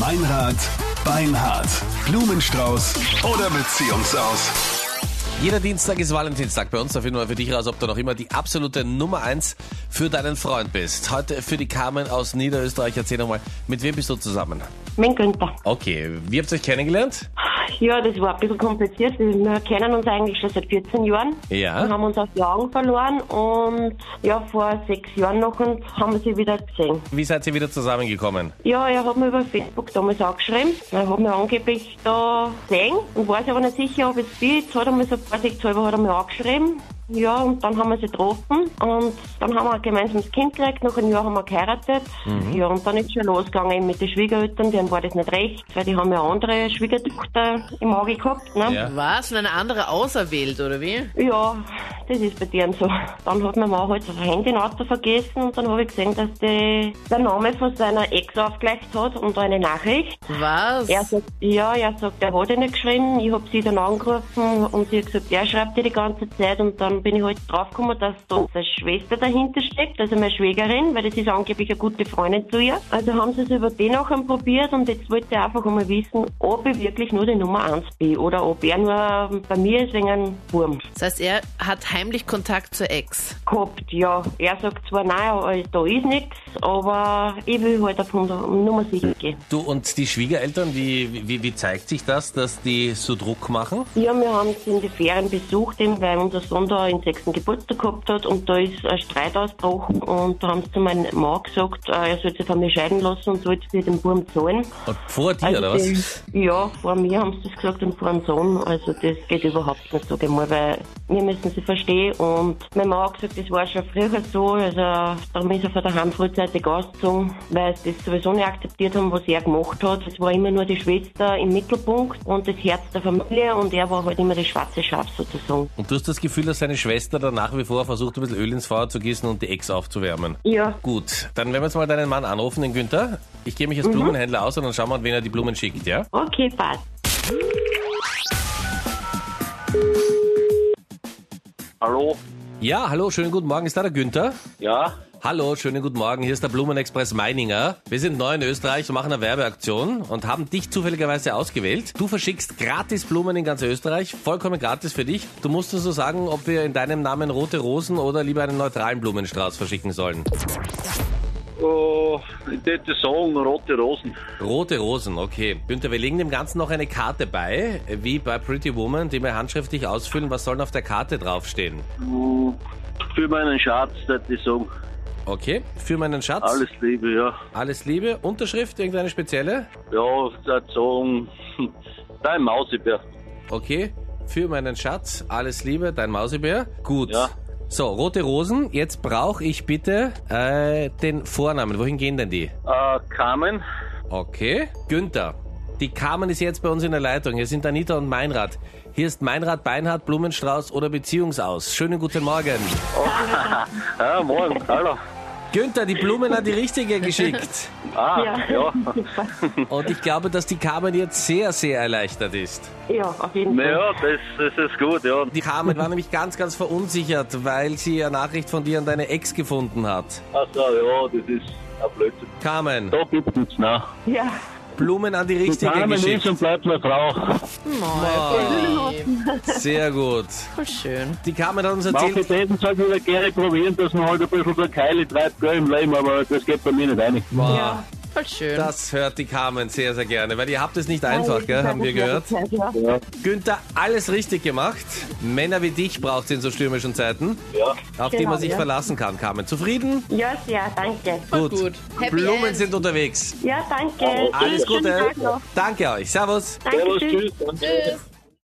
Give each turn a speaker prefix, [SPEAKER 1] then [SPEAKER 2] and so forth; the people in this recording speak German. [SPEAKER 1] Meinrad, Beinhard, Blumenstrauß oder Beziehungsaus.
[SPEAKER 2] Jeder Dienstag ist Valentinstag bei uns. Da finden wir für dich raus, ob du noch immer die absolute Nummer eins für deinen Freund bist. Heute für die Carmen aus Niederösterreich. Erzähl doch mal, mit wem bist du zusammen?
[SPEAKER 3] Mein Günther.
[SPEAKER 2] Okay, wie habt ihr euch kennengelernt?
[SPEAKER 3] Ja, das war ein bisschen kompliziert. Wir kennen uns eigentlich schon seit 14 Jahren.
[SPEAKER 2] Ja.
[SPEAKER 3] Wir haben uns aus den Augen verloren und ja, vor sechs Jahren noch und haben sie wieder gesehen.
[SPEAKER 2] Wie seid ihr wieder zusammengekommen?
[SPEAKER 3] Ja, er hat mir über Facebook damals angeschrieben. Er hat mir angeblich da gesehen und weiß aber nicht sicher, ob ich es bin. Jetzt hat er mir so vorsichtshalber hat er mir angeschrieben. Ja, und dann haben wir sie getroffen und dann haben wir ein gemeinsames Kind gekriegt. Nach einem Jahr haben wir geheiratet. Ja, und dann ist schon losgegangen eben mit den Schwiegereltern. Denen war das nicht recht, weil die haben ja andere Schwiegertochter im Auge gehabt. Ne?
[SPEAKER 2] Ja.
[SPEAKER 4] Was? Und eine andere auserwählt, oder wie?
[SPEAKER 3] Ja, das ist bei denen so. Dann hat mein Mann halt sein Handy im Auto vergessen und dann habe ich gesehen, dass die, der Name von seiner Ex aufgeleicht hat und eine Nachricht.
[SPEAKER 4] Was?
[SPEAKER 3] Er sagt, ja, er sagt, er hat ihn nicht geschrieben. Ich habe sie dann angerufen und sie hat gesagt, er schreibt dir die ganze Zeit. Und dann bin ich halt draufgekommen, dass da seine Schwester dahinter steckt, also meine Schwägerin, weil das ist angeblich eine gute Freundin zu ihr. Also haben sie es über den nachher probiert und jetzt wollte er einfach einmal wissen, ob ich wirklich nur die Nummer 1 bin oder ob er nur bei mir ist wegen einem Wurm.
[SPEAKER 4] Das heißt, er hat heimlich Kontakt zur Ex.
[SPEAKER 3] gehabt, ja. Er sagt zwar, nein, äh, da ist nichts, aber ich will halt auf Nummer sicher gehen.
[SPEAKER 2] Du und die Schwiegereltern, wie, wie, wie zeigt sich das, dass die so Druck machen?
[SPEAKER 3] Ja, wir haben sie in die Ferien besucht, eben weil unser Sohn da den sechsten Geburtstag gehabt hat und da ist ein Streit ausgebrochen und da haben sie zu meinem Mann gesagt, äh, er soll sich von mir scheiden lassen und sollte für den Buben zahlen.
[SPEAKER 2] Und vor dir, oder
[SPEAKER 3] Also
[SPEAKER 2] was?
[SPEAKER 3] die- Ja, vor mir haben sie das gesagt und vor dem Sohn. Also das geht überhaupt nicht, sag ich mal, weil wir müssen sie verstehen. Und mein Mann hat gesagt, das war schon früher so. Also darum ist er von daheim frühzeitig ausgezogen, weil sie das sowieso nicht akzeptiert haben, was er gemacht hat. Es war immer nur die Schwester im Mittelpunkt und das Herz der Familie und er war halt immer das schwarze Schaf sozusagen.
[SPEAKER 2] Und du hast das Gefühl, dass seine Schwester da nach wie vor versucht, ein bisschen Öl ins Feuer zu gießen und die Ex aufzuwärmen.
[SPEAKER 3] Ja,
[SPEAKER 2] Gut, dann werden wir jetzt mal deinen Mann anrufen, den Günther. Ich gehe mich als Blumenhändler aus und dann schauen wir, an wen er die Blumen schickt, ja?
[SPEAKER 3] okay, passt.
[SPEAKER 5] Hallo?
[SPEAKER 2] Ja, hallo, schönen guten Morgen, ist da der Günther?
[SPEAKER 5] Ja?
[SPEAKER 2] Hallo, schönen guten Morgen, hier ist der Blumenexpress Meininger. Wir sind neu in Österreich und machen eine Werbeaktion und haben dich zufälligerweise ausgewählt. Du verschickst gratis Blumen in ganz Österreich, vollkommen gratis für dich. Du musst uns so sagen, ob wir in deinem Namen rote Rosen oder lieber einen neutralen Blumenstrauß verschicken sollen.
[SPEAKER 5] Oh, ich würde sagen, rote Rosen.
[SPEAKER 2] Rote Rosen, okay. Günther, wir legen dem Ganzen noch eine Karte bei, wie bei Pretty Woman, die wir handschriftlich ausfüllen. Was soll denn auf der Karte draufstehen?
[SPEAKER 5] Hm, Für meinen Schatz würde ich sagen,
[SPEAKER 2] Okay, für meinen Schatz.
[SPEAKER 5] alles Liebe, ja.
[SPEAKER 2] Alles Liebe. Unterschrift, irgendeine spezielle?
[SPEAKER 5] Ja, ich würde sagen, dein Mausebär.
[SPEAKER 2] Okay, für meinen Schatz, alles Liebe, dein Mausebär. Gut.
[SPEAKER 5] Ja.
[SPEAKER 2] So, rote Rosen. Jetzt brauche ich bitte äh, den Vornamen. Wohin gehen denn die?
[SPEAKER 5] Äh, Carmen,
[SPEAKER 2] Okay. Günther. Die Carmen ist jetzt bei uns in der Leitung. Hier sind Anita und Meinrad. Hier ist Meinrad, Beinhard, Blumenstrauß oder Beziehungsaus. Schönen guten Morgen.
[SPEAKER 5] ja, morgen, hallo.
[SPEAKER 2] Günther, die Blumen hat die richtige geschickt.
[SPEAKER 5] Ah,
[SPEAKER 3] Ja.
[SPEAKER 5] ja.
[SPEAKER 2] Und ich glaube, dass die Carmen jetzt sehr, sehr erleichtert ist.
[SPEAKER 3] Ja, auf jeden
[SPEAKER 5] Na
[SPEAKER 3] Fall.
[SPEAKER 5] ja, das, das ist gut, ja.
[SPEAKER 2] Die Carmen war nämlich ganz, ganz verunsichert, weil sie eine Nachricht von dir an deine Ex gefunden hat.
[SPEAKER 5] Also, ja, das ist ein Blödsinn.
[SPEAKER 2] Carmen,
[SPEAKER 5] Da gibt's nichts nach.
[SPEAKER 3] Ja,
[SPEAKER 2] Blumen an die richtige
[SPEAKER 5] Carmen ist
[SPEAKER 2] geschickt.
[SPEAKER 5] und bleibt meine Frau.
[SPEAKER 4] Oh,
[SPEAKER 2] Sehr gut.
[SPEAKER 4] voll schön.
[SPEAKER 2] Die Carmen hat uns
[SPEAKER 5] Manche
[SPEAKER 2] erzählt,
[SPEAKER 5] hätten es halt wieder gerne probieren, dass man halt ein bisschen so Keile treibt, gell, im Leben, aber das geht bei mir nicht rein.
[SPEAKER 2] boah,
[SPEAKER 4] Voll schön.
[SPEAKER 2] das hört die Carmen sehr, sehr gerne, weil ihr habt es nicht einfach, gell, haben wir gehört.
[SPEAKER 3] Ja,
[SPEAKER 5] Ja,
[SPEAKER 2] Günther, alles richtig gemacht. Männer wie dich braucht es in so stürmischen Zeiten,
[SPEAKER 5] ja.
[SPEAKER 2] auf die
[SPEAKER 3] Genau,
[SPEAKER 2] man sich
[SPEAKER 3] ja.
[SPEAKER 2] verlassen kann. Carmen, zufrieden?
[SPEAKER 3] ja, sehr, danke.
[SPEAKER 4] Voll gut. Happy
[SPEAKER 2] Blumen
[SPEAKER 4] End.
[SPEAKER 2] sind unterwegs.
[SPEAKER 3] Ja, danke.
[SPEAKER 5] Ja,
[SPEAKER 2] Alles
[SPEAKER 3] Schönen
[SPEAKER 2] Gute.
[SPEAKER 3] Tag noch.
[SPEAKER 2] Danke euch. Servus.
[SPEAKER 3] Danke,
[SPEAKER 5] Servus,
[SPEAKER 3] tschüss.
[SPEAKER 5] tschüss. danke.
[SPEAKER 4] Tschüss.